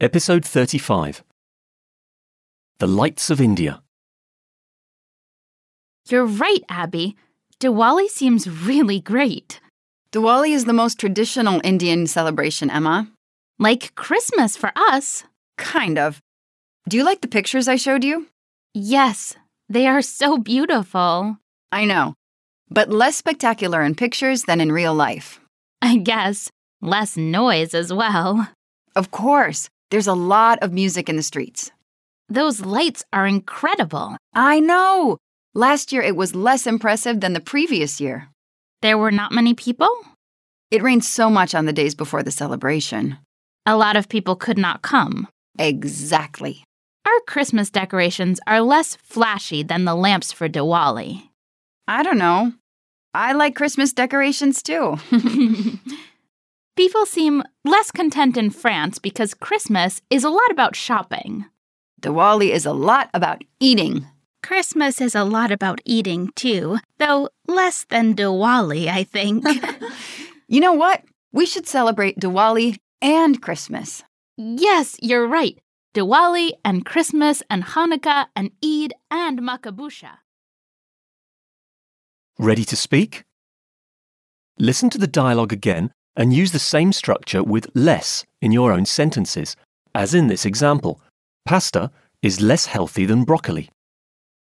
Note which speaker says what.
Speaker 1: Episode 35 The Lights of India.
Speaker 2: You're right, Abby. Diwali seems really great.
Speaker 3: Diwali is the most traditional Indian celebration, Emma.
Speaker 2: Like Christmas for us.
Speaker 3: Kind of. Do you like the pictures I showed you?
Speaker 2: Yes, they are so beautiful.
Speaker 3: I know. But less spectacular in pictures than in real life.
Speaker 2: I guess. Less noise as well.
Speaker 3: Of course, there's a lot of music in the streets.
Speaker 2: Those lights are incredible.
Speaker 3: I know. Last year it was less impressive than the previous year.
Speaker 2: There were not many people.
Speaker 3: It rained so much on the days before the celebration.
Speaker 2: A lot of people could not come.
Speaker 3: Exactly.
Speaker 2: Our Christmas decorations are less flashy than the lamps for Diwali.
Speaker 3: I don't know. I like Christmas decorations too.
Speaker 2: People seem less content in France because Christmas is a lot about shopping.
Speaker 3: Diwali is a lot about eating.
Speaker 2: Christmas is a lot about eating too, though less than Diwali, I think.
Speaker 3: You know what? We should celebrate Diwali and Christmas.
Speaker 2: yes, you're right. Diwali and Christmas and Hanukkah and Eid and Makabusha.
Speaker 1: Ready to speak? Listen to the dialogue again and use the same structure with less in your own sentences, as in this example. Pasta is less healthy than broccoli.